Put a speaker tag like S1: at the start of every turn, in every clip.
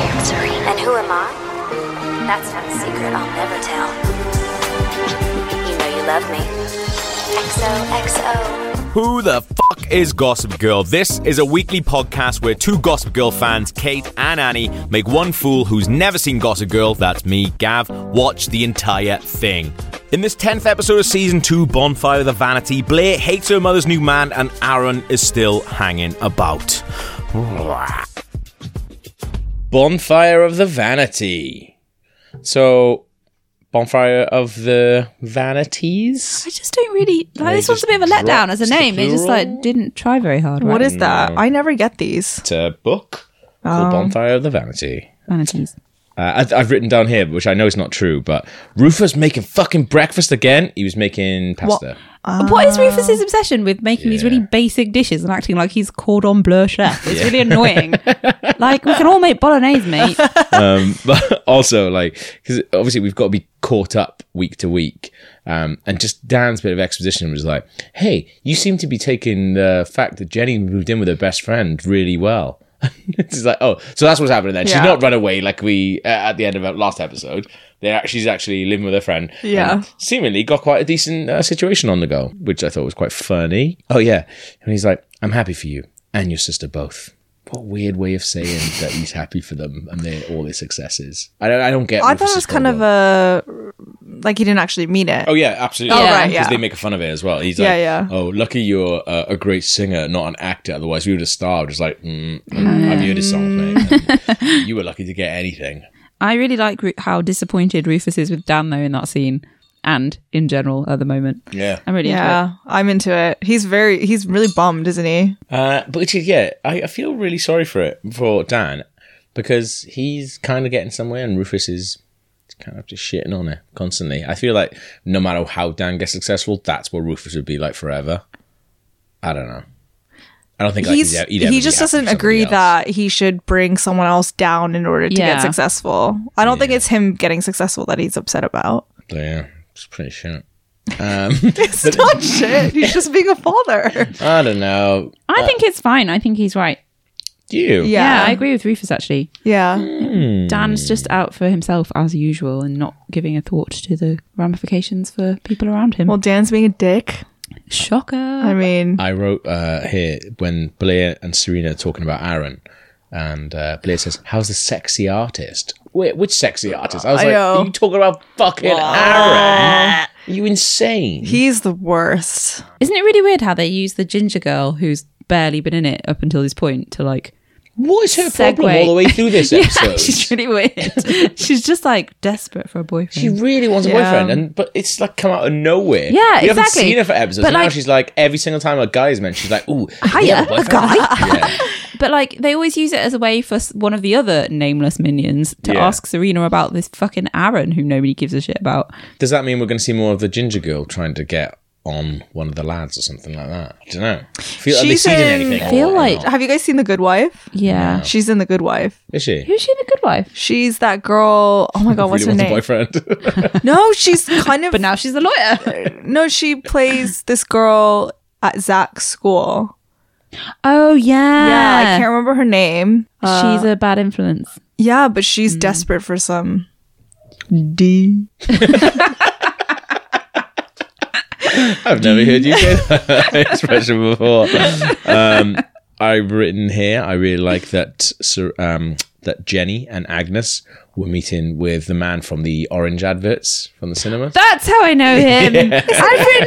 S1: And who am I? That's not a secret I'll never tell. You know you love me. XOXO.
S2: Who the fuck is Gossip Girl? This is a weekly podcast where two Gossip Girl fans, Kate and Annie, make one fool who's never seen Gossip Girl, that's me, Gav, watch the entire thing. In this 10th episode of season 2, Bonfire of the Vanity, Blair hates her mother's new man and Aaron is still hanging about. Bonfire of the Vanity. So, Bonfire of the Vanities?
S3: I just don't really. Like,
S2: They
S3: this one's
S2: just
S3: a bit of a letdown as a
S2: dropped the
S3: name. They just
S2: plural?
S3: like didn't try very hard. right?
S4: What is that? I never get these.
S2: It's a book called Bonfire of the Vanity.
S3: vanities?
S2: Uh, I, I've written down here, which I know is not true, but Rufus making fucking breakfast again. He was making pasta.
S3: what is
S4: Ah.
S3: Rufus's obsession with making these really basic dishes and acting like he's cordon bleu chef? It's really annoying. like we can all make bolognese, mate.
S2: But also, like, because obviously we've got to be caught up week to week. Um, and just Dan's bit of exposition was like, hey, you seem to be taking the fact that Jenny moved in with her best friend really well. it's like, oh, so that's what's happening then. She's
S4: Yeah.
S2: not run away like we uh, at the end of our last episode. They're act- she's actually living with her friend.
S4: Yeah.
S2: and seemingly got quite a decent uh, situation on the go, which I thought was quite funny. Oh yeah, and he's like, "I'm happy for you and your sister both." What weird way of saying that he's happy for them and their all their successes. I don't, I don't get.
S4: I thought it was kind of a like he didn't actually mean it.
S2: Oh yeah, absolutely.
S3: Oh,
S2: Yeah.
S3: right,
S4: yeah.
S2: they make fun of it as well. He's
S4: Yeah,
S2: like,
S4: yeah.
S2: "Oh, lucky you're uh, a great singer, not an actor. Otherwise, we would have starved." It's like, mm, mm, "I've heard his songs, mate. And you were lucky to get anything."
S3: I really like Ru- how disappointed Rufus is with Dan though in that scene and in general at the moment.
S2: Yeah.
S3: I'm really into it.
S4: Yeah, I'm into it. He's very, he's really bummed, isn't he?
S2: Uh, but which is, yeah, I, I feel really sorry for it for Dan because he's kind of getting somewhere, and Rufus is kind of just shitting on her constantly. I feel like no matter how Dan gets successful, that's what Rufus would be like forever. I don't know. I don't think like,
S4: He's
S2: he'd, e-, he'd ever
S4: he
S2: be
S4: just
S2: happy with
S4: doesn't
S2: somebody
S4: agree
S2: else.
S4: that he should bring someone else down in order to
S3: Yeah.
S4: get successful. I don't think it's him getting successful that he's upset about.
S2: But yeah, it's pretty shit.
S4: It's not shit. He's just being a father.
S2: I don't know.
S3: I think it's fine. I think he's right.
S2: You
S3: Yeah,
S4: Yeah.
S3: I agree with Rufus actually.
S4: Yeah.
S2: Hmm.
S3: Dan's just out for himself as usual and not giving a thought to the ramifications for people around him.
S4: Well, Dan's being a dick.
S3: Shocker.
S4: I mean,
S2: I wrote uh, here when Blair and Serena are talking about Aaron, and uh, Blair says, "How's the sexy artist?" Wait, which sexy artist? I was
S4: I
S2: like,
S4: know.
S2: "Are you talking about fucking Aaron? Are you insane?"
S4: he's the worst.
S3: Isn't it really weird how they use the ginger girl who's barely been in it up until this point to like
S2: what is her problem
S3: Segue.
S2: all the way through this episode?
S3: Yeah, she's really weird. she's just like desperate for a
S2: she
S3: boyfriend.
S2: really wants a
S4: Yeah.
S2: boyfriend, and but it's like come out of nowhere.
S3: Yeah,
S2: we haven't
S3: exactly.
S2: seen her for episodes.
S3: But,
S2: and now
S3: like-
S2: she's like every single time a guy is meant, she's like, "Ooh,
S3: Hiya,
S2: yeah,
S3: a guy. But like they always use it as a way for s- one of the other nameless minions to
S2: Yeah.
S3: ask Serena about this fucking Aaron who nobody gives a shit about.
S2: Does that mean we're going to see more of the ginger girl trying to get on one of the lads or something like that? I don't know. Feel, have they
S4: She's
S2: seen
S4: in-
S2: anything?
S3: Feel
S2: or
S3: like-
S2: not?
S4: Have you guys seen The Good Wife?
S3: Yeah.
S4: She's in The Good Wife.
S2: is she?
S3: Who's she in a good wife?
S4: She's that girl. Oh my god, what's
S2: really
S4: her
S2: wants
S4: name?
S2: a boyfriend.
S4: No, she's kind of
S3: But now she's a lawyer.
S4: no. She plays this girl at Zach's school.
S3: oh
S4: Yeah,
S3: yeah.
S2: Ah.
S4: I can't remember her name.
S2: Uh.
S3: she's a bad influence.
S4: Yeah, but
S2: Mm.
S4: she's desperate for some.
S3: D.
S2: I've never heard you say that expression before. Um, I've written here. I really like that. Sir, um, that Jenny and Agnes were meeting with the man from the orange adverts from the cinema.
S3: That's how I know him. I've written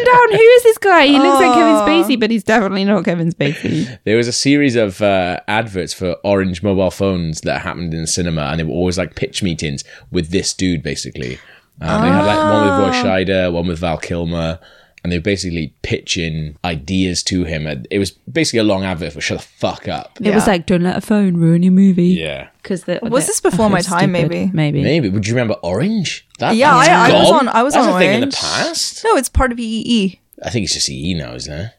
S3: down who is this guy? He looks like Kevin Spacey, but he's definitely not Kevin Spacey.
S2: There was a series of uh, adverts for orange mobile phones that happened in the cinema, and they were always like pitch meetings with this dude, basically. Um, They had like one with
S4: Ah.
S2: Roy Scheider, one with Val Kilmer, and they were basically pitching ideas to him. And It was basically a long advert for "Shut the fuck up."
S3: It was
S4: Yeah.
S3: like, don't let a phone ruin your movie.
S2: Yeah,
S3: Because the,
S4: Was
S3: the-
S4: this before my
S3: it's
S4: time, maybe?
S3: Maybe.
S2: maybe. Would you remember Orange? That,
S4: Yeah,
S2: that's
S4: I- I was
S2: gone.
S4: on- I was
S2: that's
S4: on
S2: a thing in the
S4: Orange.
S2: past.
S4: No, it's part of E EEE.
S2: I think it's just eh? EE now, isn't it?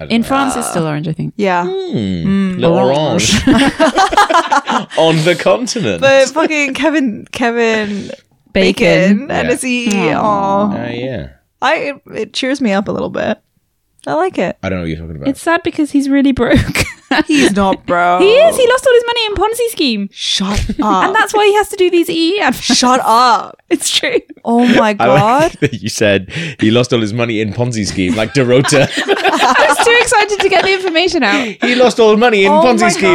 S2: I don't
S3: In
S2: know.
S3: France, it's still orange, I think.
S2: Mm.
S4: Yeah, Mm.
S2: Little Orange on the continent.
S4: but fucking Kevin Kevin Bacon, and
S2: Yeah.
S4: it's EEE. E, Aw.
S2: Uh, yeah.
S4: I it, it cheers me up a little bit. I like it.
S2: I don't know what you're talking about.
S3: It's sad because he's really broke.
S4: He's not, bro.
S3: He is. He lost all his money in Ponzi scheme.
S4: Shut up.
S3: And that's why he has to do these EE ads.
S4: Shut up.
S3: It's true.
S4: Oh my
S2: I
S4: god.
S2: like that you said he lost all his money in Ponzi scheme, like Dorota.
S3: I was too excited to get the information out.
S2: he lost all money in
S4: Oh my
S2: Ponzi scheme.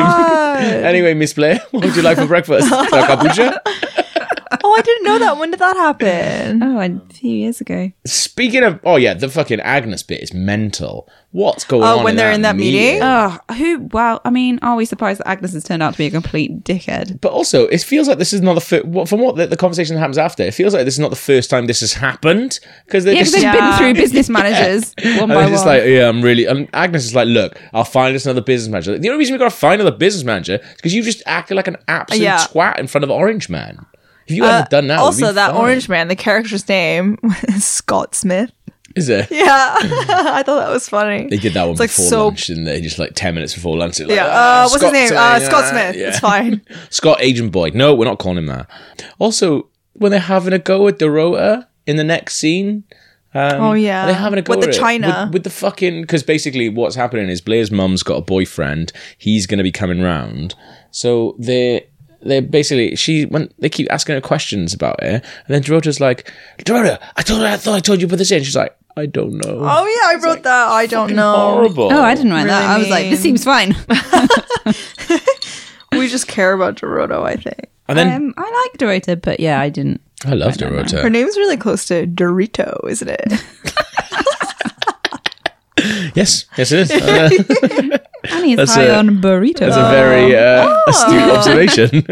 S4: God.
S2: anyway, Miss Blair, what would you like for breakfast? Uh, kombucha?
S4: Oh, I didn't know that. When did that happen?
S3: Oh, a few years ago.
S2: Speaking of, oh yeah, the fucking Agnes bit is mental. What's going
S4: Oh,
S2: on?
S4: when they're in that meeting?
S3: Oh, who? Wow. I mean, are we surprised that Agnes has turned out to be a complete dickhead?
S2: But also, it feels like this is not the fir- what from what the, the conversation happens after. It feels like this is not the first time this has happened because they're
S3: Yeah,
S2: just
S3: because they've been
S4: Yeah.
S3: through business managers one
S2: And
S3: by
S2: they're
S3: one.
S2: just like, yeah, I'm really. And Agnes is like, look, I'll find us another business manager. The only reason we got to find another business manager is because you just acted like an absolute
S4: Yeah.
S2: twat in front of Orange Man. If you
S4: Uh,
S2: hadn't done that, we'd
S4: also,
S2: be
S4: that
S2: fine.
S4: orange man, the character's name is Scott Smith.
S2: is it?
S4: Yeah, I thought that was funny.
S2: They did that one
S4: It's like
S2: before
S4: so-
S2: lunch, and they just like ten minutes before lunch. they're Like,
S4: Yeah.
S2: "Ah,
S4: Uh, what's
S2: Scott
S4: his name?
S2: something,
S4: Uh, Scott
S2: ah,"
S4: Smith.
S2: yeah.
S4: It's fine.
S2: Scott Agent Boyd. No, we're not calling him that. Also, when they're having a go at Dorota in the next scene. Um,
S4: Oh, yeah.
S2: they're having a go
S4: With the
S2: at it.
S4: China.
S2: with, with the fucking because basically what's happening is Blair's mum's got a boyfriend. He's going to be coming round, so they they basically she when they keep asking her questions about it, and then Dorota's like, Dorota, I told her I thought I told you to put this in. She's like, I don't know.
S4: Oh yeah, I wrote that. I don't know.
S2: horrible.
S3: oh, I didn't mind that.
S4: Really
S3: I was like, this
S4: mean.
S3: seems fine.
S4: We just care about Dorado, I think.
S2: And then
S3: um, I like Dorota, but yeah, I didn't.
S2: I love Dorota.
S4: Her name's really close to Dorito, isn't it?
S2: Yes, yes, it is. Uh,
S3: Annie is
S2: That's
S3: high
S2: a-
S3: on burrito.
S2: that's a very uh,
S3: Oh.
S2: astute observation.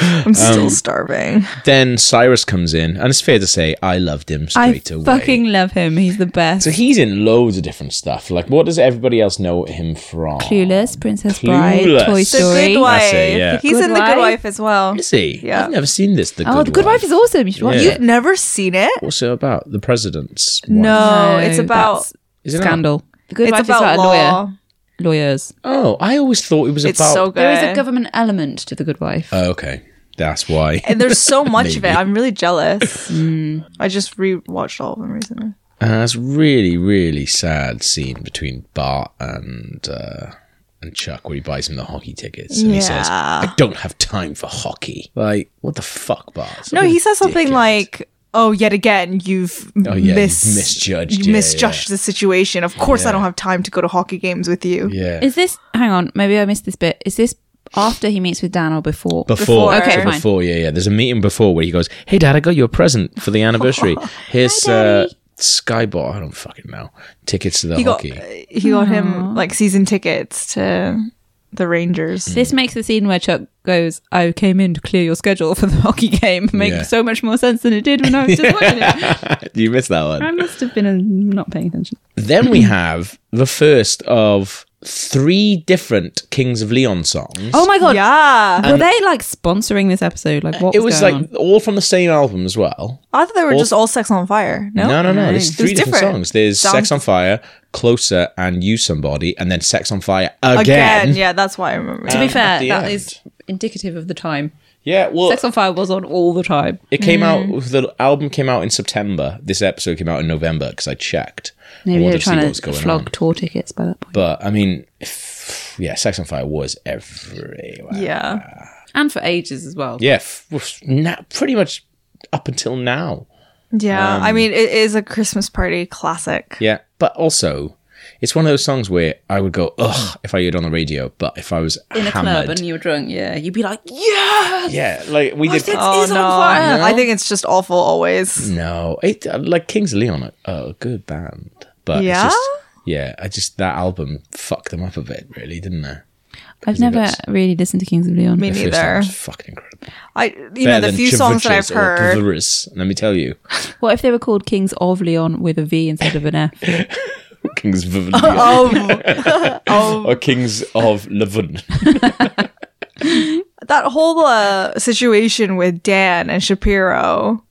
S4: I'm
S2: Um,
S4: still starving.
S2: then Cyrus comes in, and it's fair to say I loved him
S3: I
S2: straight away.
S3: fucking love him. He's the best.
S2: so he's in loads of different stuff. Like, what does everybody else know him from?
S3: Clueless, Princess Bride,
S2: Clueless.
S3: Toy
S2: The
S4: The
S3: Story.
S4: Good Wife.
S2: it, yeah.
S4: He's
S3: Good
S4: in The
S3: Wife?
S4: Good Wife as well.
S2: Is he?
S4: Yeah.
S2: I've never seen this. The
S3: oh,
S2: Good
S3: The Good Wife. is awesome. You should watch
S2: Yeah.
S3: it.
S4: Never seen it?
S2: What's it about? The president's one.
S4: No, it's
S3: No,
S4: about
S3: that's
S2: is it not?
S3: scandal. The Good
S4: it's
S3: Wife is
S4: about
S3: about a lawyer.
S4: law.
S3: Lawyers.
S2: Oh, I always thought it was
S4: It's
S2: about.
S4: so good.
S3: There is a government element to The Good Wife.
S2: Oh, okay, that's why.
S4: and there's so much of it. I'm really jealous. I just rewatched all of them recently.
S2: And that's really, really sad scene between Bart and uh, and Chuck where he buys him the hockey tickets and he says,
S4: Yeah.
S2: "I don't have time for hockey." Like, what the fuck, Bart?
S4: No,
S2: What a
S4: he says something
S2: dickhead.
S4: like, "Oh, yet again, you've
S2: Oh, yeah,
S4: mis-
S2: you've misjudged,
S4: you
S2: yeah,
S4: misjudged the situation. Of course, I don't have time to go to hockey games with you."
S2: "Yeah."
S3: Is this? Hang on, maybe I missed this bit. Is this after he meets with Dan or before?
S2: before,
S4: Before.
S2: actually,
S3: Okay, fine.
S2: before, yeah, yeah. There's a meeting before where he goes, "Hey, Dad, I got you a present for the anniversary. Here's uh, Skybar. I don't fucking know tickets to the
S4: He got uh,
S2: hockey."
S4: he got him like season tickets to the Rangers.
S3: This makes the scene where Chuck goes, "I came in to clear your schedule for the hockey game," make
S2: Yeah.
S3: so much more sense than it did when I was just watching it.
S2: you missed that one.
S3: I must have been uh, not paying attention.
S2: Then we have the first of three different Kings of Leon songs.
S3: Oh my god,
S4: Yeah,
S3: were they like sponsoring this episode? Like what?
S2: it was like
S3: going
S2: all from the same album as well.
S4: I thought they were
S2: All-
S4: just all Sex on Fire. No,
S2: No, no, no.
S3: No.
S2: There's three
S4: It's
S2: different,
S4: different.
S2: songs. There's
S4: Sounds-
S2: Sex on Fire, Closer, and You Somebody, and then Sex on Fire
S4: again.
S2: again. Yeah.
S4: Yeah, that's why I remember.
S3: on? To
S2: um,
S3: be fair,
S2: at the
S3: that
S2: end.
S3: is indicative of the time.
S2: well,
S3: Sex on Fire was on all the time.
S2: it came out.
S3: Mm.
S2: The album came out in September. This episode came out in November because I checked. I
S3: Maybe
S2: wanted
S3: they were
S2: to see what
S3: trying
S2: was
S3: to
S2: going
S3: flog
S2: on.
S3: tour tickets by that point.
S2: But I mean, if, yeah, Sex on Fire was everywhere.
S4: Yeah,
S3: And for ages as well.
S2: Yeah, f- was na- pretty much up until now.
S4: yeah. I mean, it is a Christmas party classic.
S2: um, Yeah, but also. It's one of those songs where I would go, ugh, if I heard it on the radio, but if I was
S3: In a
S2: hammered,
S3: club and you were drunk, yeah. You'd be like,
S2: yeah, like we did.
S4: Oh no.
S3: fire.
S4: I think it's just awful always.
S2: No, it uh, like Kings of Leon are are a good band, but yeah,
S4: Yeah?
S2: it's just, yeah, I just that album fucked them up a bit, really, didn't it?
S3: I've never
S2: that's-
S3: really listened to Kings of Leon.
S4: Me
S2: The first album
S4: neither.
S2: was fucking incredible.
S4: I you know the few songs that I've
S2: uh,
S4: heard.
S2: Let me tell you,
S3: What if they were called Kings of Leon with a V instead of an F?
S2: Kings of Leon
S4: Oh,
S2: or Kings of Levin.
S4: that whole uh, situation with Dan and Shapiro,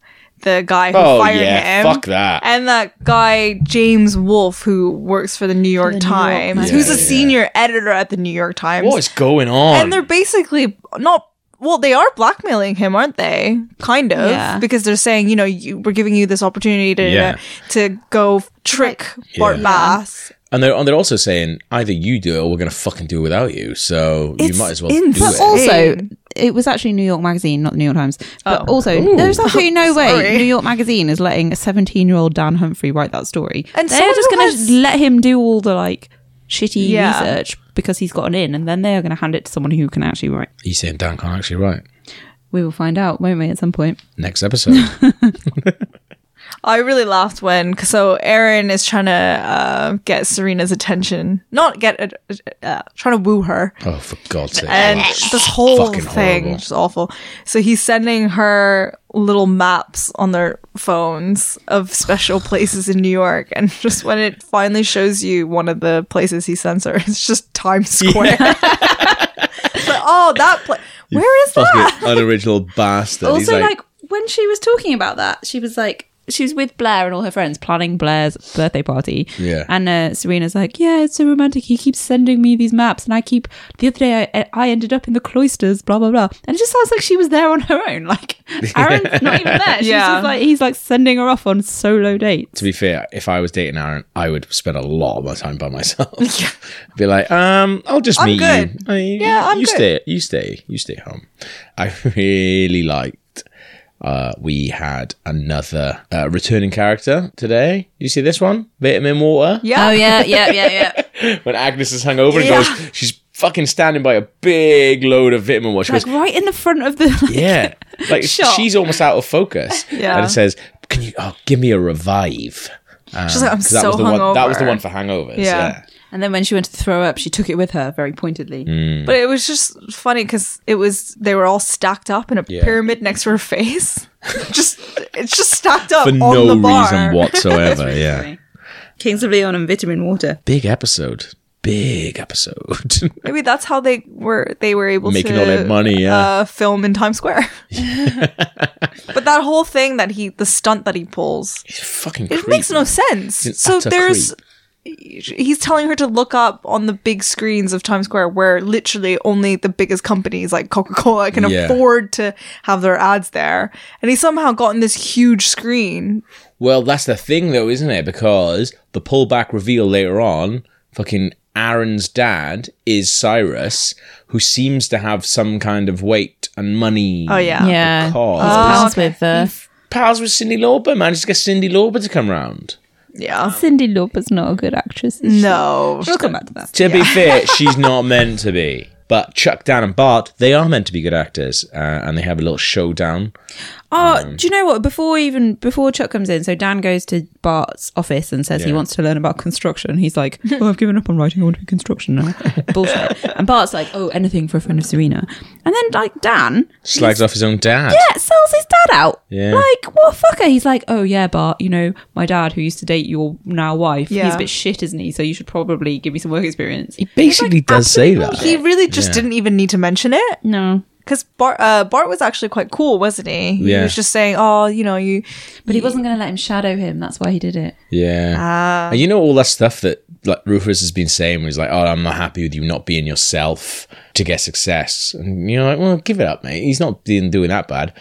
S4: the guy who
S2: Oh,
S4: fired
S2: yeah,
S4: him,
S2: fuck that.
S4: and that guy James Wolfe who works for the New York
S3: the New York
S4: Times,
S3: Times.
S4: who's
S2: Yeah,
S4: a
S2: yeah.
S4: senior editor at the New York Times,
S2: What is going on?
S4: and they're basically not. Well, they are blackmailing him, aren't they? Kind of,
S3: Yeah.
S4: because they're saying, you know, you, we're giving you this opportunity to
S2: Yeah.
S4: to go trick Bart
S2: Yeah.
S4: Bass
S2: And they're, and they're also saying either you do it or we're going to fucking do it without you. So you
S4: It's
S2: might as well do
S4: insane.
S2: it.
S3: But also, it was actually New York Magazine, not the New York Times. But also, there's absolutely no way
S4: Oh. Sorry.
S3: New York Magazine is letting a 17 year old Dan Humphrey write that story.
S4: And
S3: they're
S4: someone
S3: just going
S4: has-
S3: to let him do all the like shitty
S4: Yeah.
S3: research because he's got an in, and then they're going to hand it to someone who can actually write.
S2: He's saying Dan can't actually write.
S3: We will find out, won't we, at some point?
S2: Next episode.
S4: I really laughed when so Aaron is trying to uh, get Serena's attention, not get uh, uh, trying to woo her.
S2: oh, for God's sake.
S4: and this whole
S2: Oh, Fucking
S4: thing
S2: horrible.
S4: which is awful so he's sending her little maps on their phones of special places in new york and just when it finally shows you one of the places he sends her it's just times square It's like, oh that place where is that
S2: Fucking unoriginal bastard. He's
S3: also like, when she was talking about that she was like she was with blair and all her friends planning blair's birthday party
S2: Yeah.
S3: and uh, serena's like yeah it's so romantic he keeps sending me these maps and i keep the other day i, I ended up in the cloisters blah blah blah and it just sounds like she was there on her own like aaron's not even there she's
S4: Yeah.
S3: just like he's like sending her off on solo dates
S2: to be fair, if I was dating Aaron, I would spend a lot of my time by myself. Be like, um, I'll just
S4: I'm
S2: meet
S4: good.
S2: you. I-
S4: Yeah, I'm
S2: you
S4: good.
S2: stay, you stay, you stay home. I really liked. Uh, we had another uh, returning character today. You see this one, vitamin water.
S4: yeah
S3: Oh, yeah yeah yeah yeah
S2: When Agnes is hungover and
S4: Yeah.
S2: goes, she's fucking standing by a big load of vitamin water. She
S3: like
S2: goes,
S3: right in the front of the like,
S2: yeah, like
S3: Shot.
S2: she's almost out of focus.
S4: Yeah.
S2: and it says, "Can you oh, give me a revive?" Um,
S4: She's like, "I'm
S2: 'cause that
S4: so
S2: was the One, that was the
S4: hungover."
S2: one for hangovers. Yeah.
S4: Yeah.
S3: and then when she went to throw up she took it with her very pointedly
S2: Mm,
S4: but it was just funny because it was they were all stacked up in a
S2: Yeah.
S4: pyramid next to her face just it's just stacked up
S2: for
S4: on
S2: no
S4: the bar.
S2: reason whatsoever. yeah,
S3: kings of leon and vitamin water
S2: big episode, big episode.
S4: Maybe that's how they were they were able
S2: Making
S4: to
S2: all that money, yeah.
S4: uh, film in Times Square. but that whole thing that he the stunt that he pulls,
S2: It's fucking.
S4: it
S2: creep,
S4: makes no
S2: man.
S4: sense.
S2: It's an
S4: So
S2: utter
S4: there's
S2: creep.
S4: he's telling her to look up on the big screens of Times Square where literally only the biggest companies like Coca-Cola can
S2: Yeah.
S4: afford to have their ads there. And he's somehow gotten this huge screen.
S2: Well, that's the thing, though, isn't it? Because the pullback reveal later on, fucking Aaron's dad is Cyrus, who seems to have some kind of weight and money.
S4: Oh yeah. Oh.
S3: yeah
S2: Because
S3: pals with uh,
S2: pals with Cindy Lauper, man. Just get Cindy Lauper to come round.
S4: Yeah.
S3: Cindy Lauper's not a good actress.
S4: No.
S3: We'll come back to that.
S2: To be fair, she's not meant to be. But Chuck, Dan, and Bart, they are meant to be good actors, uh, and they have a little showdown.
S3: Oh, do you know what? Before even before Chuck comes in, so Dan goes to Bart's office and says he
S2: Yeah.
S3: wants to learn about construction. He's like, "Oh, I've given up on writing. I want to be construction now." Bullshit. And Bart's like, "Oh, anything for a friend of Serena." And then like Dan
S2: Slags off his own dad.
S3: yeah, sells his dad out.
S2: Yeah.
S3: Like what a fucker? He's like, "Oh yeah, Bart. You know my dad, who used to date your now wife. He's
S4: Yeah.
S3: a bit shit, isn't he? So you should probably give me some work experience."
S2: He basically does say that.
S4: He really just didn't even need to mention it.
S3: No,
S4: Because Bart, uh, Bart was actually quite cool, wasn't he? He
S2: Yeah.
S4: was just saying, "Oh, you know, you."
S3: but he wasn't going to let him shadow him. That's why he did it. Ah.
S2: yeah. and you know all that stuff that like Rufus has been saying, where he's like, "Oh, I'm not happy with you not being yourself to get success," and you're like, "Well, give it up, mate. He's not been doing that bad."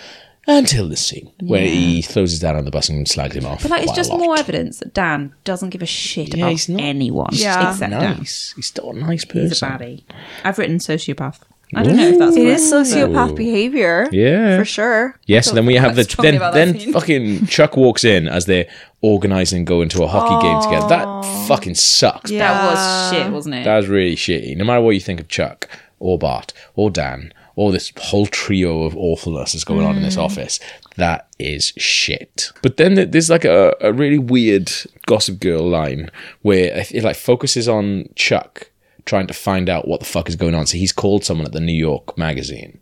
S2: Until this scene where he throws his dad on the bus and slags him off.
S3: But like, it's
S2: quite a
S3: just
S2: lot.
S3: more evidence that Dan doesn't give a shit
S2: Yeah,
S3: about
S2: he's not-
S3: anyone
S4: Yeah.
S3: except Dan.
S2: nice. He's still a nice person.
S3: He's a baddie. I've written sociopath. I don't know if that's
S4: It
S3: correct.
S4: is sociopath behavior,
S2: Yeah.
S4: for sure.
S2: Yes, and then we have the
S3: quite strongly
S2: then
S3: about that
S2: then
S3: scene.
S2: fucking Chuck walks in as they're organising and going to a hockey game together. That fucking sucks.
S4: Yeah.
S3: That was shit, wasn't it?
S2: That was really shitty. No matter what you think of Chuck or Bart or Dan or this whole trio of awfulness that's going on in this
S3: Hmm.
S2: office, that is shit. But then th- there's like a, a really weird Gossip Girl line where it, it like focuses on Chuck trying to find out what the fuck is going on. So he's called someone at the New York magazine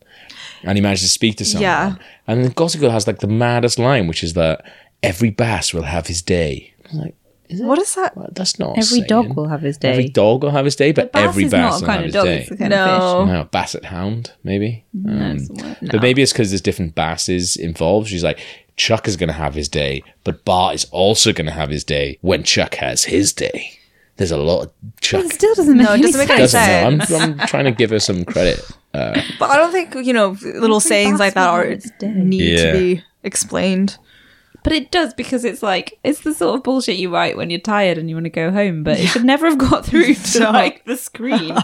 S2: and he manages to speak to someone.
S4: Yeah.
S2: And then Gossip Girl has like the maddest line, which is that every bass will have his day. I'm like,
S4: What is that?
S2: well, that's not
S3: Every dog
S2: saying-
S3: will have his day.
S2: Every dog will have his day, but
S3: Bass
S2: every
S3: is
S2: bass
S3: not a
S2: will
S3: kind
S2: have
S3: of
S2: his
S3: dog.
S2: day. Hmm.
S3: It's a kind of
S4: No.
S2: No, basset hound, maybe. Um,
S3: fish. No.
S2: But maybe it's because there's different basses involved. She's like, Chuck is going to have his day, but Bart is also going to have his day when Chuck has his day. There's a lot of Chuck.
S3: It still doesn't make
S4: No, it
S3: any
S4: doesn't make any
S3: sense.
S2: Doesn't know. I'm, I'm trying to give her some credit. Uh,
S4: But I don't think you know little sayings like that are
S3: Every basketball is dead.
S4: need
S2: Yeah.
S4: to be explained.
S3: But it does because it's like it's the sort of bullshit you write when you're tired and you want to go home, but it should never have got through to
S4: No.
S3: like the screen.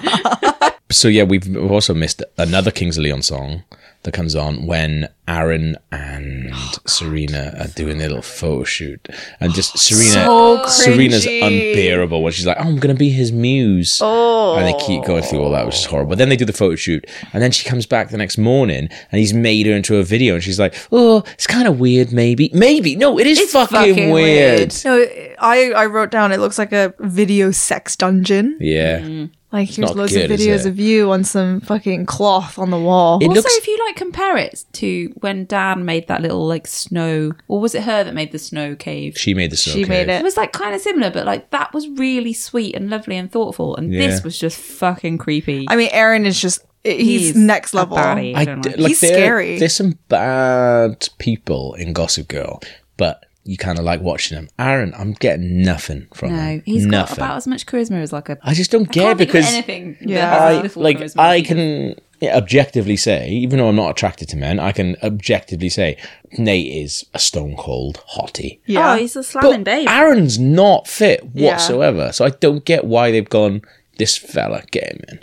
S2: So yeah, we've we've also missed another Kings of Leon song that comes on when Aaron and
S3: Oh,
S2: Serena are doing their little photo shoot, and just Serena,
S3: Oh,
S4: so
S2: Serena's
S4: cringy.
S2: unbearable when she's like, "Oh, I'm gonna be his muse," oh. and they keep going through all that,
S3: Oh.
S2: which is horrible. But then they do the photo shoot, and then she comes back the next morning, and he's made her into a video, and she's like, "Oh, it's kind of weird, maybe, maybe, no, it is fucking,
S3: fucking
S2: weird."
S3: weird.
S4: No, I I wrote down it looks like a video sex dungeon.
S2: Yeah,
S3: Mm-hmm.
S4: Like here's
S2: not
S4: loads
S2: good,
S4: of
S2: is
S4: videos
S2: it?
S4: of you on some fucking cloth on the wall.
S2: It
S3: also,
S2: looks-
S3: if you like compare it to when Dan made that little like snow, or was it her that made the snow cave?
S2: she made this.
S4: she made
S3: It
S4: it.
S3: was like kind of similar, but like that was really sweet and lovely and thoughtful, and
S2: Yeah.
S3: this was just fucking creepy.
S4: I mean, Aaron is just he's,
S3: He's
S4: next
S3: a
S4: level.
S3: baddie.
S2: I
S3: don't
S2: d-
S3: like-
S2: like
S4: He's
S2: there-
S4: scary.
S2: There's some bad people in Gossip Girl, but you kind of like watching them. Aaron, I'm getting nothing from
S3: no,
S2: him.
S3: he's
S2: nothing.
S3: got about as much charisma as like a.
S2: I just don't care
S3: can't think of
S2: because
S3: anything.
S4: Yeah.
S3: Yeah,
S2: I like I can objectively say, even though I'm not attracted to men, I can objectively say Nate is a stone cold hottie.
S4: Yeah.
S3: Oh, he's a slamming babe.
S2: Aaron's not fit
S4: Yeah.
S2: whatsoever, so I don't get why they've gone. This fella, get him in.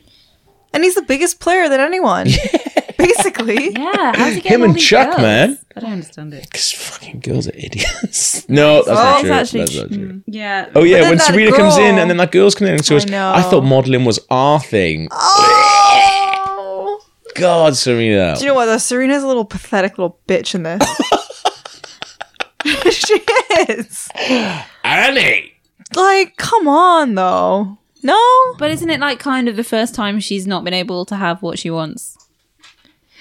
S4: and he's the biggest player than anyone. Basically,
S3: yeah, how's he getting
S2: Him
S3: all
S2: and
S3: these
S2: Chuck,
S3: girls?
S2: man.
S3: I don't understand it.
S2: Because fucking girls are idiots. no, that's
S4: Oh,
S2: not
S3: It's
S2: true.
S3: actually- Mm,
S2: that's not true.
S3: Yeah.
S2: Oh yeah,
S4: then
S2: when
S4: that
S2: Serena comes in
S4: girl-
S2: and then that girl's coming in and she goes,
S4: know.
S2: I, thought modeling was our thing.
S4: Oh.
S2: God, Serena.
S4: Do you know what? Though? Serena's a little pathetic little bitch in this. she is.
S2: Annie.
S4: Like, come on, though. No.
S3: But isn't it like kind of the first time she's not been able to have what she wants?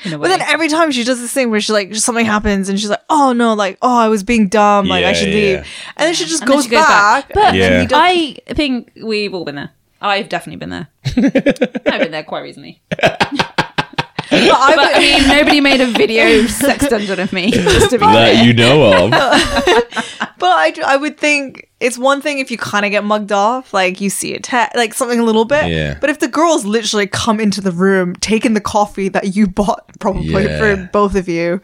S3: In a way.
S4: But then every time she does this thing where she like something happens and she's like, "Oh no, like oh I was being dumb, like
S2: Yeah,
S4: I should
S2: yeah,
S4: leave,"
S2: yeah.
S4: and then she just
S3: And then
S4: goes,
S3: she goes
S4: back.
S3: But
S2: Yeah.
S3: I think we've all been there. I've definitely been there. I've been there quite recently.
S4: But I
S3: But I
S4: would-
S3: mean, nobody made a video sex dungeon of me. Just to be
S2: That you know of.
S4: But I, do- I would think it's one thing if you kind of get mugged off, like you see a text, like something a little bit.
S2: Yeah.
S4: But if the girls literally come into the room, taking the coffee that you bought probably
S2: Yeah.
S4: for both of you,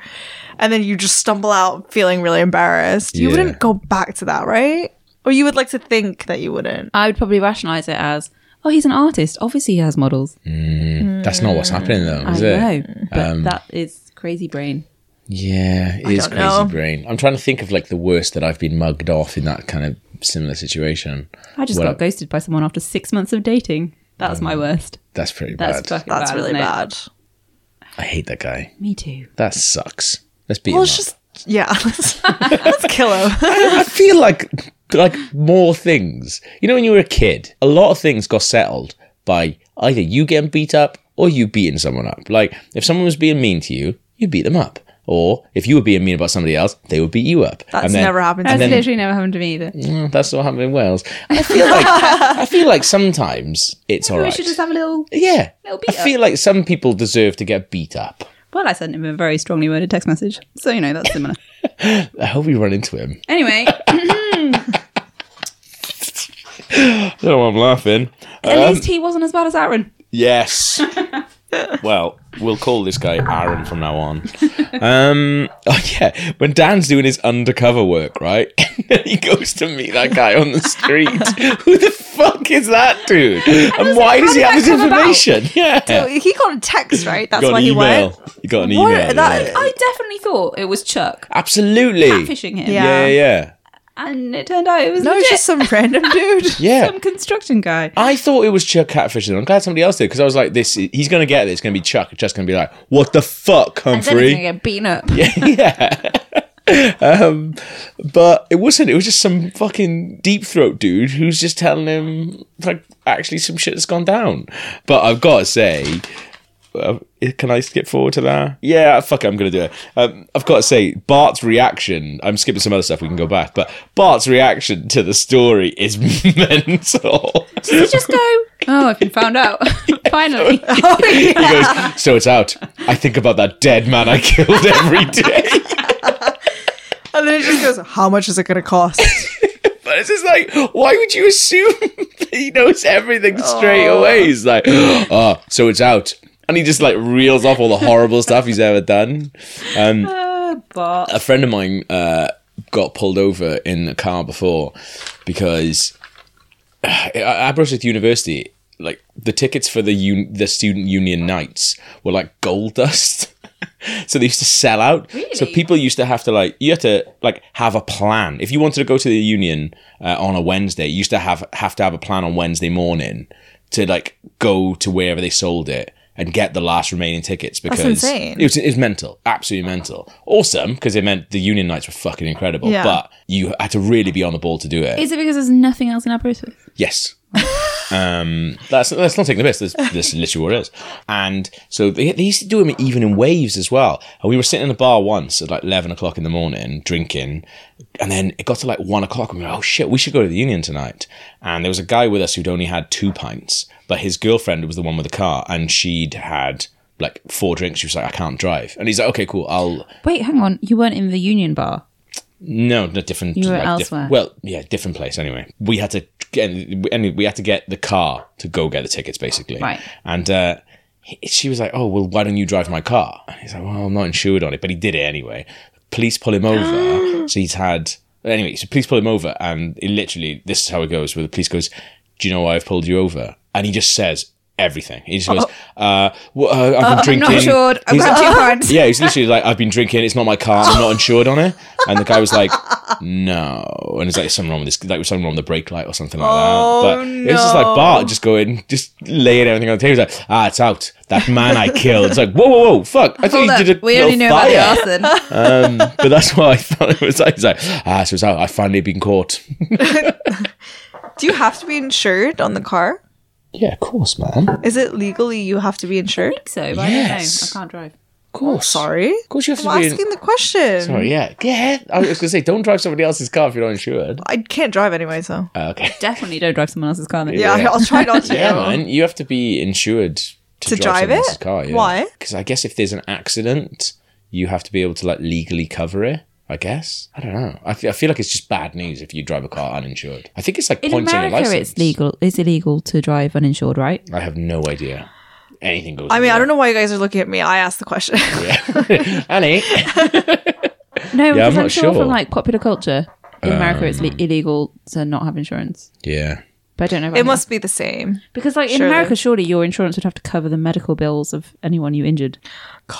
S4: and then you just stumble out feeling really embarrassed, you
S2: Yeah.
S4: wouldn't go back to that, right? Or you would like to think that you wouldn't.
S3: I would probably rationalize it as, oh, he's an artist. Obviously, he has models.
S2: That's not what's happening though, is
S3: I
S2: it? Um,
S3: know, but that is crazy brain.
S2: Yeah, it is
S4: don't
S2: crazy
S4: know.
S2: brain. I'm trying to think of like the worst that I've been mugged off in that kind of similar situation.
S3: I just
S2: Well,
S3: got ghosted by someone after six months of dating. That was my worst.
S2: Mm. That's pretty
S3: That's
S2: bad.
S3: fucking
S4: That's
S3: bad,
S4: really
S3: isn't it?
S4: bad.
S2: I hate that guy.
S3: Me too.
S2: That sucks. Let's be
S4: Well, it's just yeah. Let's, let's kill him.
S2: I feel like like more things. You know, when you were a kid, a lot of things got settled by either you getting beat up or you beating someone up. Like if someone was being mean to you, you beat them up. Or if you were being mean about somebody else, they would beat you up.
S4: That's
S2: And then-
S4: never happened. To
S3: That's
S4: me.
S3: literally never happened to me either.
S2: Mm, That's what happened in Wales. I feel like I feel like sometimes it's
S3: We
S2: alright.
S3: should just have a little.
S2: yeah,
S3: little
S2: I
S3: beat up.
S2: feel like some people deserve to get beat up.
S3: Well, I sent him a very strongly worded text message, so you know that's similar.
S2: I hope we run into him.
S3: anyway,
S2: I don't know why I'm laughing. Um,
S3: at least he wasn't as bad as Aaron.
S2: Yes. well, we'll call this guy Aaron from now on. Um, oh yeah, when Dan's doing his undercover work, right? he goes to meet that guy on the street. Who the fuck is that dude? And why does he
S4: how
S2: have
S4: did
S2: his
S4: that come about?
S2: information? Yeah.
S4: He got a text, right? That's
S2: Got
S4: why
S2: an
S4: he
S2: email.
S4: went.
S2: You got an
S4: What-
S2: email.
S4: that-
S2: yeah.
S3: I definitely thought it was Chuck
S2: Absolutely.
S3: fishing him,
S4: Yeah.
S2: Yeah, yeah, yeah.
S3: and it turned out it was
S4: No,
S3: legit.
S4: it's just some random dude.
S2: Yeah.
S3: some construction guy.
S2: I thought it was Chuck catfishing. I'm glad somebody else did because I was like, "This, he's gonna get it. It's gonna be Chuck. Chuck's gonna be like, what the fuck,
S3: And then he's
S2: Humphrey?'"
S3: gonna get beaten up.
S2: But it wasn't. It was just some fucking deep throat dude who's just telling him like actually some shit that's gone down. But I've got to say, uh, can I skip forward to that? Yeah, fuck, it, I'm gonna do it. Um, I've got to say, Bart's reaction. I'm skipping some other stuff. We can go back, but Bart's reaction to the story is mental.
S3: You just go. Oh, I've been found out. Finally,
S2: He goes, so it's out. I think about that dead man I killed every day.
S4: And then it just goes, How much is it going to cost?
S2: But it's just like, why would you assume that he knows everything straight away? He's like, oh, so it's out. And he just like reels off all the horrible stuff he's ever done.
S3: Bart.
S2: A friend of mine uh, got pulled over in a car before because at Aberystwyth University, like the tickets for the un- the student union nights were like gold dust. so they used to sell out. So
S3: Really?
S2: people used to have to like you had to like have a plan if you wanted to go to the union uh, on a Wednesday. You used to have have to have a plan on Wednesday morning to like go to wherever they sold it. And get the last remaining tickets because
S4: insane.
S2: it was it was mental, absolutely mental. Awesome because it meant the union nights were fucking incredible,
S4: Yeah.
S2: but you had to really be on the ball to do it.
S3: Is it because there's nothing else in Aberystwyth?
S2: Yes. um, that's that's not taking the piss. This, this is literally what it is. And so they, they used to do them even in waves as well. And we were sitting in a bar once at like eleven o'clock in the morning drinking, and then it got to like one o'clock. And we were oh shit, we should go to the union tonight. And there was a guy with us who'd only had two pints, but his girlfriend was the one with the car, and she'd had like four drinks. She was like, I can't drive, and he's like, okay, cool, I'll
S3: Wait, hang on. You weren't in the Union Bar.
S2: no, no different.
S3: You were
S2: diff-
S3: elsewhere.
S2: well, yeah, different place. Anyway, we had to get and we had to get the car to go get the tickets, basically.
S3: Right.
S2: And uh, he- she was like, "Oh, well, why don't you drive my car?" And he's like, "Well, I'm not insured on it," but he did it anyway. Police pull him over. so he's had anyway. So police pull him over, and it literally this is how it goes. Where the police goes, "Do you know why I've pulled you over?" And he just says. Everything. He just goes,
S3: Oh.
S2: uh, well, uh, I've been drinking. He's like-
S3: friends.
S2: yeah, he's literally like, I've been drinking, it's not my car, I'm not insured on it. And the guy was like, No. And it's like something wrong with this like something wrong with the brake light or something like that. But it's just like Bart just going, just laying everything on the table. He's like, ah, it's out. That man I killed. It's like, whoa, whoa, whoa, fuck. I thought you did a
S3: we
S2: little
S3: only knew
S2: fire.
S3: about the arson.
S2: Um, but that's why I thought it was like, it's like ah, so it's out. I finally been caught.
S4: Do you have to be insured on the car?
S2: yeah, of course, man. Of
S4: Is it legally you have to be insured?
S3: so, but
S2: Yes.
S3: I don't know. I can't drive.
S2: course.
S4: Sorry.
S2: Of course you have to
S4: I'm
S2: be.
S4: asking the question.
S2: Sorry, yeah. Yeah. I was going to say, don't drive somebody else's car if you're not insured.
S4: I can't drive anyway, so.
S2: Uh, okay.
S3: Definitely don't drive someone else's car. Then.
S4: Yeah,
S2: Yeah.
S4: I'll try not to.
S2: Yeah, man, you have to be insured to,
S4: To drive
S2: someone
S4: it?
S2: else's Car, yeah.
S4: Why?
S2: Because I guess if there's an accident, you have to be able to like legally cover it. I guess I don't know. I fe- I feel like it's just bad news if you drive a car uninsured. I think it's like
S3: In
S2: points on your
S3: America,
S2: license.
S3: it's legal. It's illegal to drive uninsured, right?
S2: I have no idea. Anything goes.
S4: I mean, I don't know why you guys are looking at me. I asked the question.
S2: know, Annie.
S3: No, because
S2: I'm
S3: I'm,
S2: not
S3: sure
S2: sure.
S3: Um, from like popular culture in America, it's le- illegal to not have insurance.
S2: yeah,
S3: But I don't know. About
S4: it must be the same.
S3: because like in
S4: surely.
S3: America, surely your insurance would have to cover the medical bills of anyone you injured.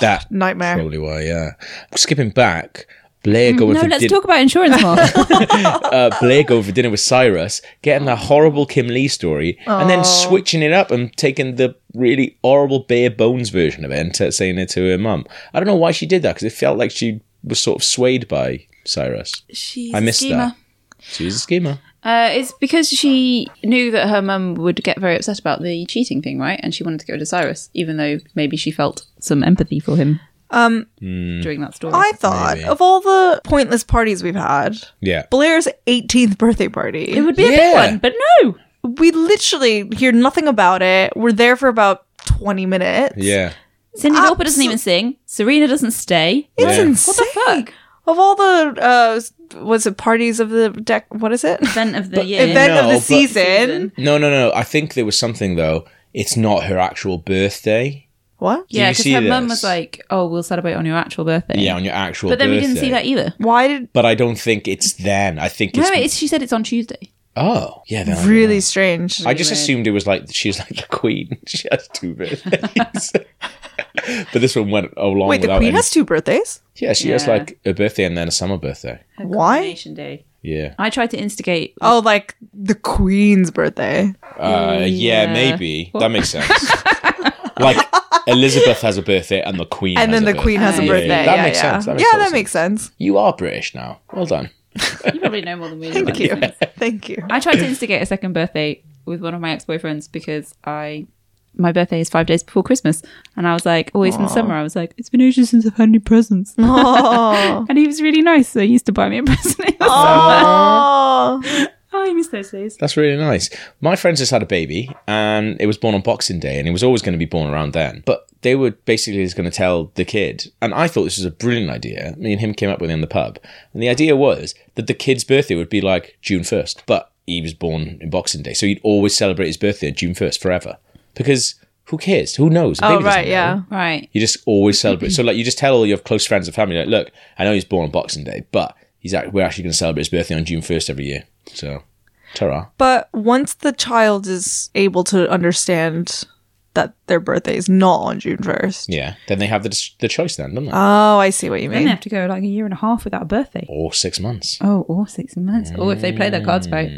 S2: that
S4: Nightmare. Mm,
S2: probably why. Yeah, skipping back. Blair going
S3: No,
S2: for
S3: let's
S2: din-
S3: talk about insurance more.
S2: uh, Blair going for dinner with Cyrus, getting
S3: Oh.
S2: that horrible Kim Lee story, and then switching it up and taking the really horrible bare bones version of it and t- saying it to her mum. I don't know why she did that because it felt like she was sort of swayed by Cyrus.
S3: She's
S2: I missed that. She's a schemer.
S3: Uh, it's because she knew that her mum would get very upset about the cheating thing, right? And she wanted to go to Cyrus, even though maybe she felt some empathy for him.
S2: Hmm.
S3: Um, during that story,
S4: I thought of all the pointless parties we've had,
S2: Yeah.
S4: Blair's 18th birthday party.
S3: it would be a
S2: Yeah.
S3: big one, but no.
S4: we literally hear nothing about it. We're there for about 20 minutes.
S2: Yeah.
S3: Cindy Lauper doesn't
S4: Absol-
S3: even sing. Serena doesn't stay.
S4: It's
S2: Yeah.
S4: insane.
S3: Fuck.
S4: Of all the, uh, was it parties of the deck? What is it?
S3: Event of the year.
S4: Event
S2: No,
S4: of the
S2: but-
S4: season.
S3: Season.
S2: No, no, no. I think there was something though. It's not her actual birthday.
S4: What?
S3: yeah,
S2: you
S3: because
S2: see
S3: her mum
S2: this?
S3: was like, "Oh, we'll celebrate on your actual birthday."
S2: Yeah, on your actual.
S3: but then we didn't
S2: birthday.
S3: see that either.
S4: Why did?
S2: But I don't think it's then. I think it's.
S3: No, it's, she said it's on Tuesday.
S2: oh, yeah. Then I don't
S4: Really strange.
S2: I just
S3: weird.
S2: assumed it was like she's like the queen. She has two birthdays. but this one went along
S4: Wait, the
S2: without
S4: queen
S2: any-
S4: has two birthdays?
S2: Yeah, she has
S3: Yeah.
S2: like a birthday and then a summer birthday.
S4: Why?
S3: Coronation day.
S2: Yeah.
S3: I tried to instigate.
S4: Oh, like the queen's birthday. Oh,
S2: Uh, yeah,
S3: Yeah.
S2: maybe. That makes sense. like Elizabeth has a birthday and the queen
S4: And
S2: has
S4: then
S2: a
S4: the queen has a
S2: Yeah,
S4: birthday.
S2: yeah,
S4: Yeah,
S2: That makes
S4: yeah.
S2: sense. That makes
S4: yeah,
S2: total
S4: that makes sense.
S2: You are British now. Well done.
S3: You probably know more than we do.
S4: Thank
S3: about
S4: you.
S3: this.
S4: Thank you.
S3: I tried to instigate a second birthday with one of my ex-boyfriends because I my birthday is five days before Christmas, and I was like, always in the summer, I was like, it's been ages since I've had any presents,
S4: Oh.
S3: and he was really nice, so he used to buy me a present. in the summer.
S4: oh.
S3: Oh, I miss those days.
S2: That's really nice. My friends just had a baby and it was born on Boxing Day and it was always going to be born around then. But they were basically just going to tell the kid. And I thought this was a brilliant idea. Me and him came up with it in the pub. And the idea was that the kid's birthday would be like June 1st. But he was born in Boxing Day. So he'd always celebrate his birthday on June 1st forever. Because who cares? Who knows? The
S4: Oh,
S2: baby doesn't
S4: right,
S2: know.
S4: yeah.
S3: Right.
S2: You just always celebrate. so like you just tell all your close friends and family, like, look, I know he's born on Boxing Day, but he's act- we're actually going to celebrate his birthday on June first every year. So, ta
S4: But once the child is able to understand that their birthday is not on June 1st.
S2: Yeah. Then they have the dis- the choice then,
S3: Uh,
S2: don't they?
S4: Oh, I see what you
S3: Then
S4: mean.
S3: they have to go like a year and a half without a birthday.
S2: or six months.
S3: Oh, or six months. Or if they play their cards right.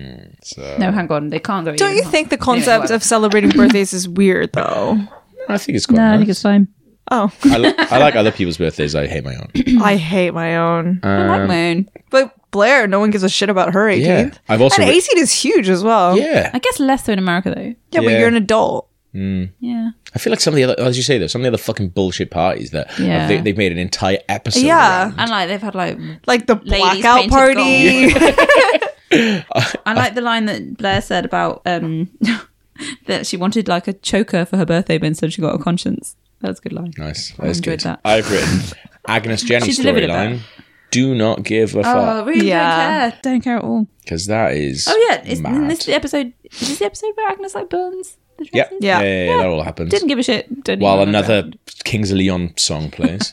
S2: So
S3: No, hang on. They can't go. a year
S4: Don't
S3: and
S4: you
S3: a half.
S4: think the
S3: Anyway,
S4: concept
S3: whatever.
S4: of celebrating birthdays is weird though?
S2: I think it's quite.
S3: No, I
S2: nice.
S3: think it's fine.
S4: Oh,
S2: I, li- I like other people's birthdays. I hate my own.
S4: I hate my own.
S3: I like my own.
S4: But Blair, no one gives a shit about her 18th.
S2: Yeah, I've also
S4: and
S2: re-
S4: 18 is huge as well.
S2: Yeah,
S3: Oh, I guess less so in America though.
S4: Yeah, but
S2: Yeah.
S4: you're an adult.
S3: Yeah.
S2: I feel like some of the other, as you say, though, some of the other fucking bullshit parties that have-
S3: Yeah.
S2: they, they've made an entire episode.
S4: Yeah.
S2: around.
S3: And like they've had like
S4: Like the
S3: Ladies painted
S4: blackout party.
S3: I like the line that Blair said about um that she wanted like a choker for her birthday, but instead she got a conscience. That was a good line.
S2: nice. That's
S3: enjoyed
S2: good.
S3: that.
S2: I've written Agnes Jenny's
S3: She delivered it
S2: storyline. Do not give a
S3: Oh,
S2: fuck
S3: really? Don't
S4: Yeah.
S3: care. Don't care at all.
S2: because that is.
S3: Oh yeah, it's
S2: mad.
S3: in this the episode. Is this the episode where Agnes like burns? The
S2: Yep.
S3: dresses?
S2: Yeah.
S4: Yeah.
S2: Yeah, yeah, that all happens.
S3: Didn't give a shit. Don't
S2: While
S3: even remember.
S2: another Kings of Leon song plays.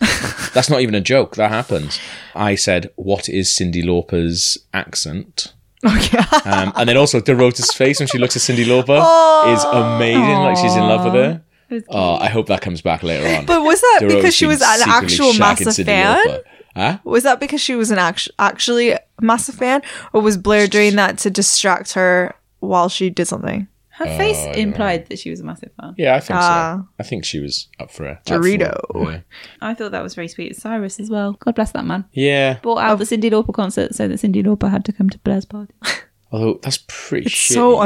S2: That's not even a joke. That happens. I said, "What is Cindy Lauper's accent?"
S4: yeah.
S2: Um, and then also Dorota's face when she looks at Cindy Lauper
S4: Oh.
S2: is amazing. Like she's in love with her. Oh, I hope that comes back later on.
S4: But was that
S2: Dorota's
S4: because she
S2: been
S4: was an
S2: secretly
S4: actual
S2: shagging
S4: massive
S2: Cyndi
S4: fan?
S2: Lauper. Huh?
S4: Was that because she was an act- actually a massive fan, or was Blair doing that to distract her while she did something?
S3: her face
S2: Oh,
S3: implied that she was a massive fan.
S2: Yeah, I think
S4: Ah.
S2: so. I think she was up for it.
S4: Dorito.
S2: Yeah.
S3: I thought that was very sweet. Cyrus as well. God bless that man.
S2: Yeah.
S3: Bought out the Cindy Lauper concert so that Cindy Lauper had to come to Blair's party.
S2: Although that's pretty.
S4: It's so
S2: shitty for-
S3: Or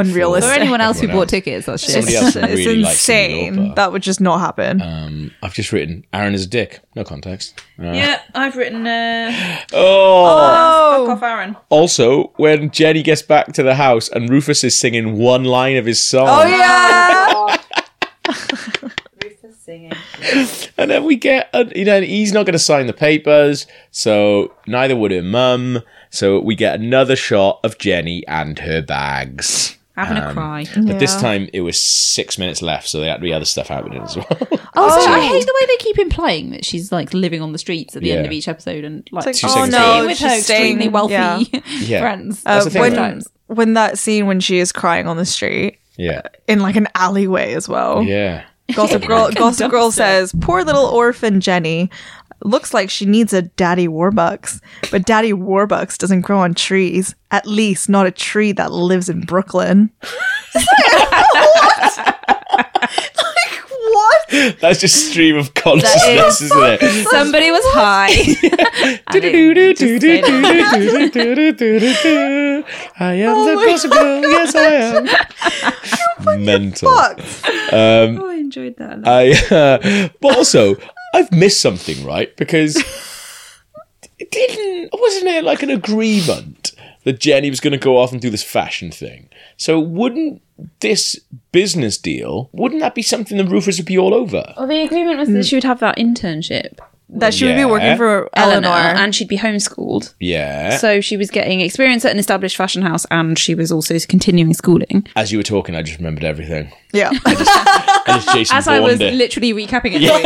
S4: unrealistic.
S3: anyone else who
S2: Everyone
S3: bought
S2: else.
S3: tickets. That's shit.
S2: Somebody else really likes Cyndi Lauper.
S4: That would just not happen.
S2: Um, I've just written Aaron is a dick. No context. Uh,
S3: Yeah, I've written. Uh,
S2: Oh.
S4: oh,
S3: Fuck off, Aaron.
S2: Also, when Jenny gets back to the house and Rufus is singing one line of his song,
S4: oh yeah.
S2: and then we get a, you know and he's not going to sign the papers, so neither would her mum. So we get another shot of Jenny and her bags.
S3: Having
S2: Um,
S3: a cry.
S2: But this
S4: Yeah.
S2: time it was six minutes left, so there had to be other stuff happening as well.
S3: Also, Oh, I hate the way they keep implying that she's like living on the streets at the end
S2: Yeah.
S3: of each episode and like,
S4: It's
S2: like, Two oh, seconds no,
S3: staying
S2: later.
S3: with her
S4: she's
S3: extremely
S4: staying-
S3: wealthy
S4: yeah.
S2: Yeah.
S3: friends.
S2: That's the
S4: Uh,
S2: thing,
S4: when
S2: right?
S4: when that scene when she is crying on the street
S2: yeah,
S4: in like an alleyway as well.
S2: yeah.
S4: Gossip Girl. Gossip Girl
S3: dumpster.
S4: says, "Poor little orphan Jenny." Looks like she needs a daddy warbucks, but daddy warbucks doesn't grow on trees. At least not a tree that lives in Brooklyn. what? Like, what?
S2: That's just stream of consciousness, is, not it?
S3: Somebody was high. I didn't just say that. Oh
S2: I am the gossip girl. Yes, I am. Mental.
S4: Fuck.
S2: Um,
S3: Oh, I enjoyed that. a lot.
S2: I. Uh, but also, I've missed something, right? Because it didn't wasn't it like an agreement that Jenny was going to go off and do this fashion thing? So wouldn't this business deal? Wouldn't that be something the roofers would be all over?
S3: well, the agreement was
S2: Mm.
S3: that she would have that internship,
S4: That she would be
S2: Yeah.
S4: working for
S3: Eleanor,
S4: Eleanor.
S3: and she'd be homeschooled.
S2: Yeah.
S3: So she was getting experience at an established fashion house, and she was also continuing schooling.
S2: As you were talking, I just remembered everything.
S4: yeah.
S2: And it's Jason
S3: As I was
S2: Bourne did.
S3: literally recapping it. Yeah.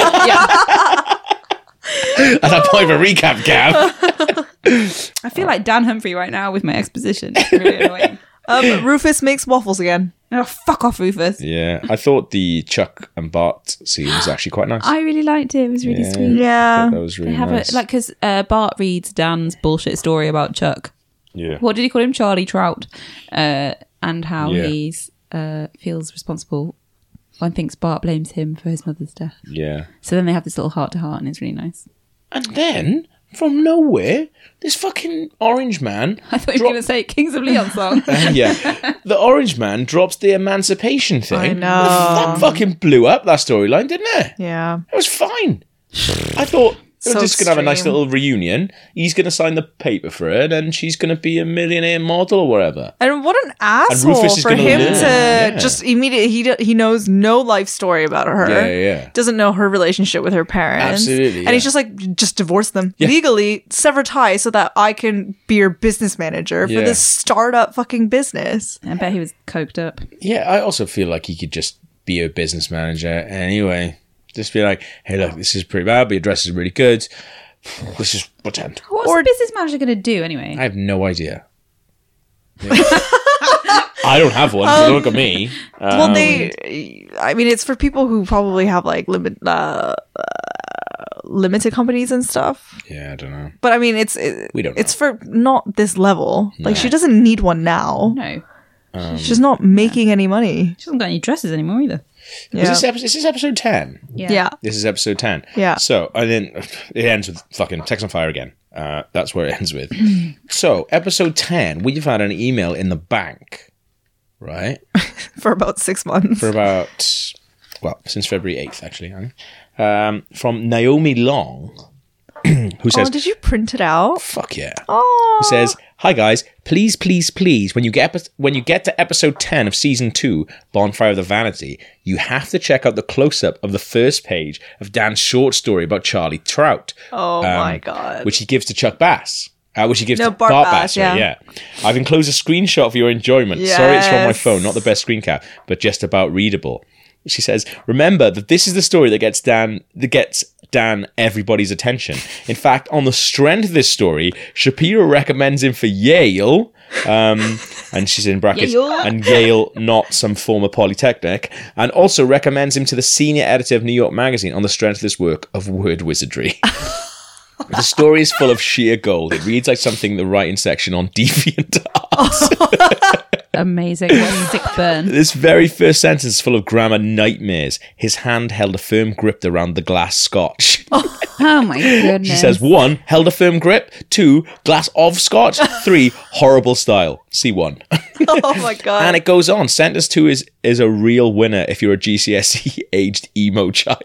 S2: And I point of a recap, Gav.
S3: I feel like Dan Humphrey right now with my exposition. It's really annoying.
S4: um, Rufus makes waffles again.
S3: Oh, fuck off, Rufus.
S2: yeah, I thought the Chuck and Bart scene was actually quite nice.
S3: I really liked it. It was really
S2: Yeah.
S3: sweet.
S4: Yeah.
S2: that was really
S3: They have
S2: nice.
S3: a like because uh, Bart reads Dan's bullshit story about Chuck.
S2: yeah.
S3: What did he call him? Charlie Trout, uh, and how
S2: Yeah.
S3: he's uh, feels responsible and thinks Bart blames him for his mother's death.
S2: Yeah.
S3: So then they have this little heart to heart, and it's really nice.
S2: And then from nowhere, this fucking orange man.
S3: I thought you
S2: drop-
S3: were going to say Kings of Leon song.
S2: yeah, the orange man drops the emancipation thing.
S4: I know.
S2: That fucking blew up that storyline, didn't it?
S4: Yeah.
S2: It was fine. I thought they were
S4: So
S2: just going to have a nice
S4: extreme.
S2: little reunion. He's going to sign the paper for it, and she's going to be a millionaire model or whatever.
S4: And what an asshole
S2: Rufus is
S4: for
S2: gonna
S4: him
S2: learn,
S4: to
S2: yeah.
S4: just immediately he d- he knows no life story about her.
S2: Yeah, yeah, yeah.
S4: Doesn't know her relationship with her parents.
S2: Absolutely,
S4: And
S2: yeah.
S4: he's just like, just divorce them legally, sever ties so that I can be your business manager for
S2: Yeah.
S4: this startup fucking business.
S3: I bet he was coked up.
S2: Yeah, I also feel like he could just be a business manager anyway. Just be like, hey, look, this is pretty bad, but your dress is really good. Let's just pretend.
S3: What's the business manager going to do anyway?
S2: I have no idea. I don't have one. so
S4: Um,
S2: look at me.
S4: well, they. I mean, it's for people who probably have like limit, uh, uh, limited companies and stuff.
S2: Yeah, I don't know.
S4: But I mean, it's it,
S2: We don't
S4: It's for not this level. Like she doesn't need one now.
S3: No,
S4: She's not making any money.
S3: she hasn't got any dresses anymore either.
S4: Yeah.
S2: Is, this episode, is this episode 10?
S3: Yeah.
S4: yeah.
S2: This is episode 10.
S4: Yeah.
S2: So, and then it ends with fucking Text on Fire again. Uh, that's where it ends with. so, episode 10, we've had an email in the bank, right?
S4: For about six months.
S2: For about, well, since February 8th, actually, I think. um, from Naomi Long, who
S4: oh,
S2: says,
S4: did you print it out?
S2: fuck yeah.
S4: Oh.
S2: who says, "Hi guys, please, please, please, when you get epi- when you get to episode ten of season two, Bonfire of the Vanity, you have to check out the close up of the first page of Dan's short story about Charlie Trout,
S4: Oh my
S2: um,
S4: god.
S2: which he gives to Chuck Bass." Uh, which he gives
S4: No,
S2: to
S4: Bart
S2: Bart,
S4: Bass,
S2: Bass. sorry,
S4: yeah.
S2: Yeah. I've enclosed a screenshot for your enjoyment. Sorry, it's from my
S4: Yes.
S2: phone. Not the best screen cap, but just about readable. She says, "Remember that this is the story that gets Dan that gets Dan everybody's attention. In fact, on the strength of this story, Shapiro recommends him for Yale." Um, and she's in brackets
S3: Yale.
S2: and Yale, not some former polytechnic, and also recommends him to the senior editor of New York Magazine on the strength of this work of word wizardry. The story is full of sheer gold. It reads like something the writing section on DeviantArt.
S3: Amazing. What a sick burn.
S2: this very first sentence is full of grammar nightmares. His hand held a firm grip around the glass scotch.
S3: Oh my goodness.
S2: She says one, held a firm grip. Two, glass of scotch. Three, horrible style. See one.
S4: oh my god.
S2: And it goes on. Sentence two is is a real winner if you're a GCSE E aged emo child.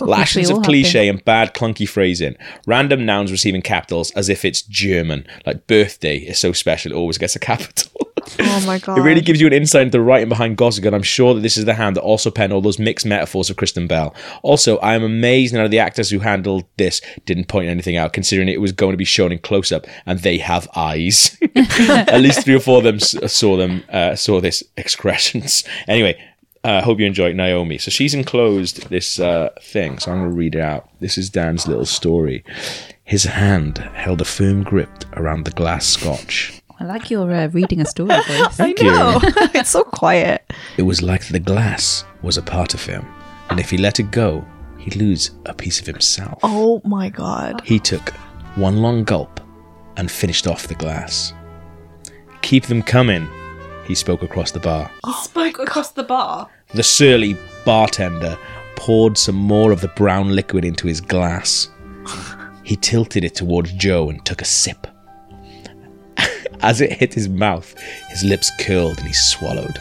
S2: Lashings
S3: we all
S2: of
S3: have
S2: cliche and bad clunky phrasing. Random nouns receiving capitals as if it's German. Like birthday is so special, it always gets a capital.
S4: oh my god.
S2: It really gives you an insight into the writing behind Gossip Girl, and I'm sure that this is the hand that also penned all those mixed metaphors of Kristen Bell. Also, I am amazed none of the actors who handled this didn't point anything out, considering it was going to be shown in close up, and they have eyes. At least three or four of them s- saw them uh, saw this excrescence. Anyway, uh, hope you enjoy it, Naomi. So she's enclosed this uh, thing, so I'm going to read it out. This is Dan's little story. His hand held a firm grip around the glass scotch.
S3: I like your uh, reading a story voice.
S2: Thank you.
S4: it's so quiet.
S2: It was like the glass was a part of him, and if he let it go, he'd lose a piece of himself.
S4: Oh my god.
S2: He took one long gulp and finished off the glass. Keep them coming, he spoke across the bar.
S3: He spoke across the bar.
S2: The surly bartender poured some more of the brown liquid into his glass. He tilted it towards Joe and took a sip. As it hit his mouth, his lips curled and he swallowed.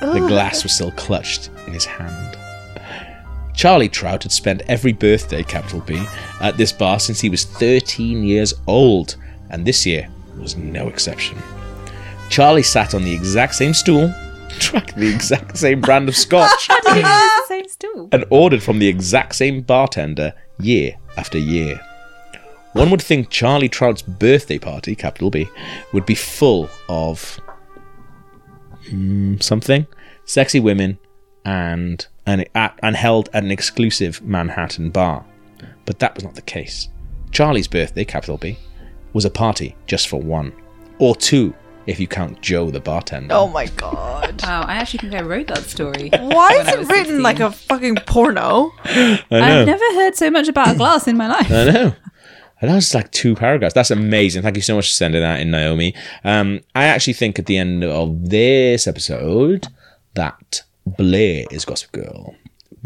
S2: The glass was still clutched in his hand. Charlie Trout had spent every birthday, capital B, at this bar since he was 13 years old, and this year was no exception. Charlie sat on the exact same stool, drank the exact same brand of scotch,
S3: same stool.
S2: and ordered from the exact same bartender year after year. One would think Charlie Trout's birthday party, capital B, would be full of mm, something, sexy women, and and, at, and held at an exclusive Manhattan bar. But that was not the case. Charlie's birthday, capital B, was a party just for one, or two, if you count Joe the bartender.
S4: Oh my god.
S3: Wow, I actually think I wrote that story.
S4: Why
S3: when
S4: is
S3: I
S4: it
S3: was 16.
S4: written like a fucking porno?
S3: I've never heard so much about a glass in my life.
S2: I know. And that was like two paragraphs. That's amazing. Thank you so much for sending that in, Naomi. Um, I actually think at the end of this episode that Blair is Gossip Girl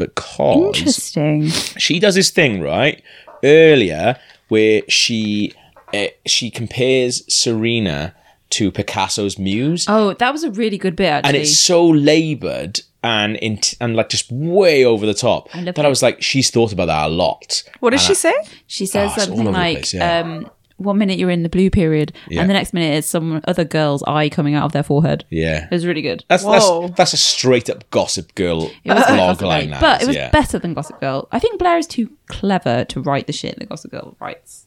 S2: because
S3: Interesting.
S2: she does this thing right earlier where she uh, she compares Serena to Picasso's muse,
S3: Oh, that was a really good bit
S2: and
S3: actually.
S2: it's so labored and in and like just way over the top
S3: love
S2: that I was like, she's thought about that a lot.
S4: What does she say?
S3: she says
S2: Ah, it's all
S3: something
S2: over the
S3: like,
S2: place, yeah.
S3: um, one minute you're in the blue period, and the next minute it's some other girl's eye coming out of their forehead.
S2: Yeah,
S3: It was really good.
S2: That's
S4: Whoa.
S2: that's, that's a straight up Gossip Girl
S3: It was
S2: log
S3: Gossip Girl,
S2: line. That
S3: but
S2: is,
S3: it was
S2: yeah.
S3: better than Gossip Girl. I think Blair is too clever to write the shit that Gossip Girl writes.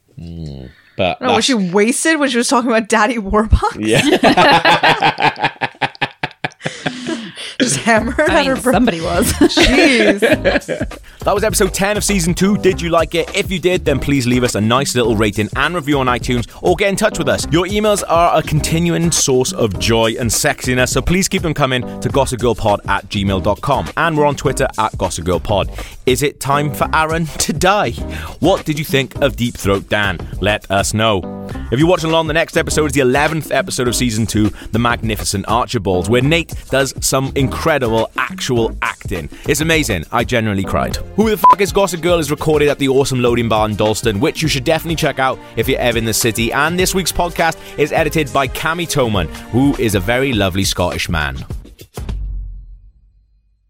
S2: But
S4: No, was she
S2: that's-
S4: wasted when she was talking about Daddy Warbucks?
S2: yeah,
S4: Just hammered
S3: I
S4: at her
S3: mean,
S4: bro.
S3: somebody was.
S4: Jeez.
S2: That was episode 10 of season 2. Did you like it? If you did, then please leave us a nice little rating and review on iTunes or get in touch with us. Your emails are a continuing source of joy and sexiness, so please keep them coming to gossipgirlpod at gmail.com. And we're on Twitter at gossipgirlpod. Is it time for Aaron to die? What did you think of Deep Throat Dan? Let us know. If you're watching along, the next episode is the 11th episode of season 2, The Magnificent Archibalds, where Nate does some incredible actual acting. It's amazing. I genuinely cried. Who the Fuck is Gossip Girl is recorded at the awesome Loading Bar in Dalston, which you should definitely check out if you're ever in the city. And this week's podcast is edited by Cammy Toman, who is a very lovely Scottish man.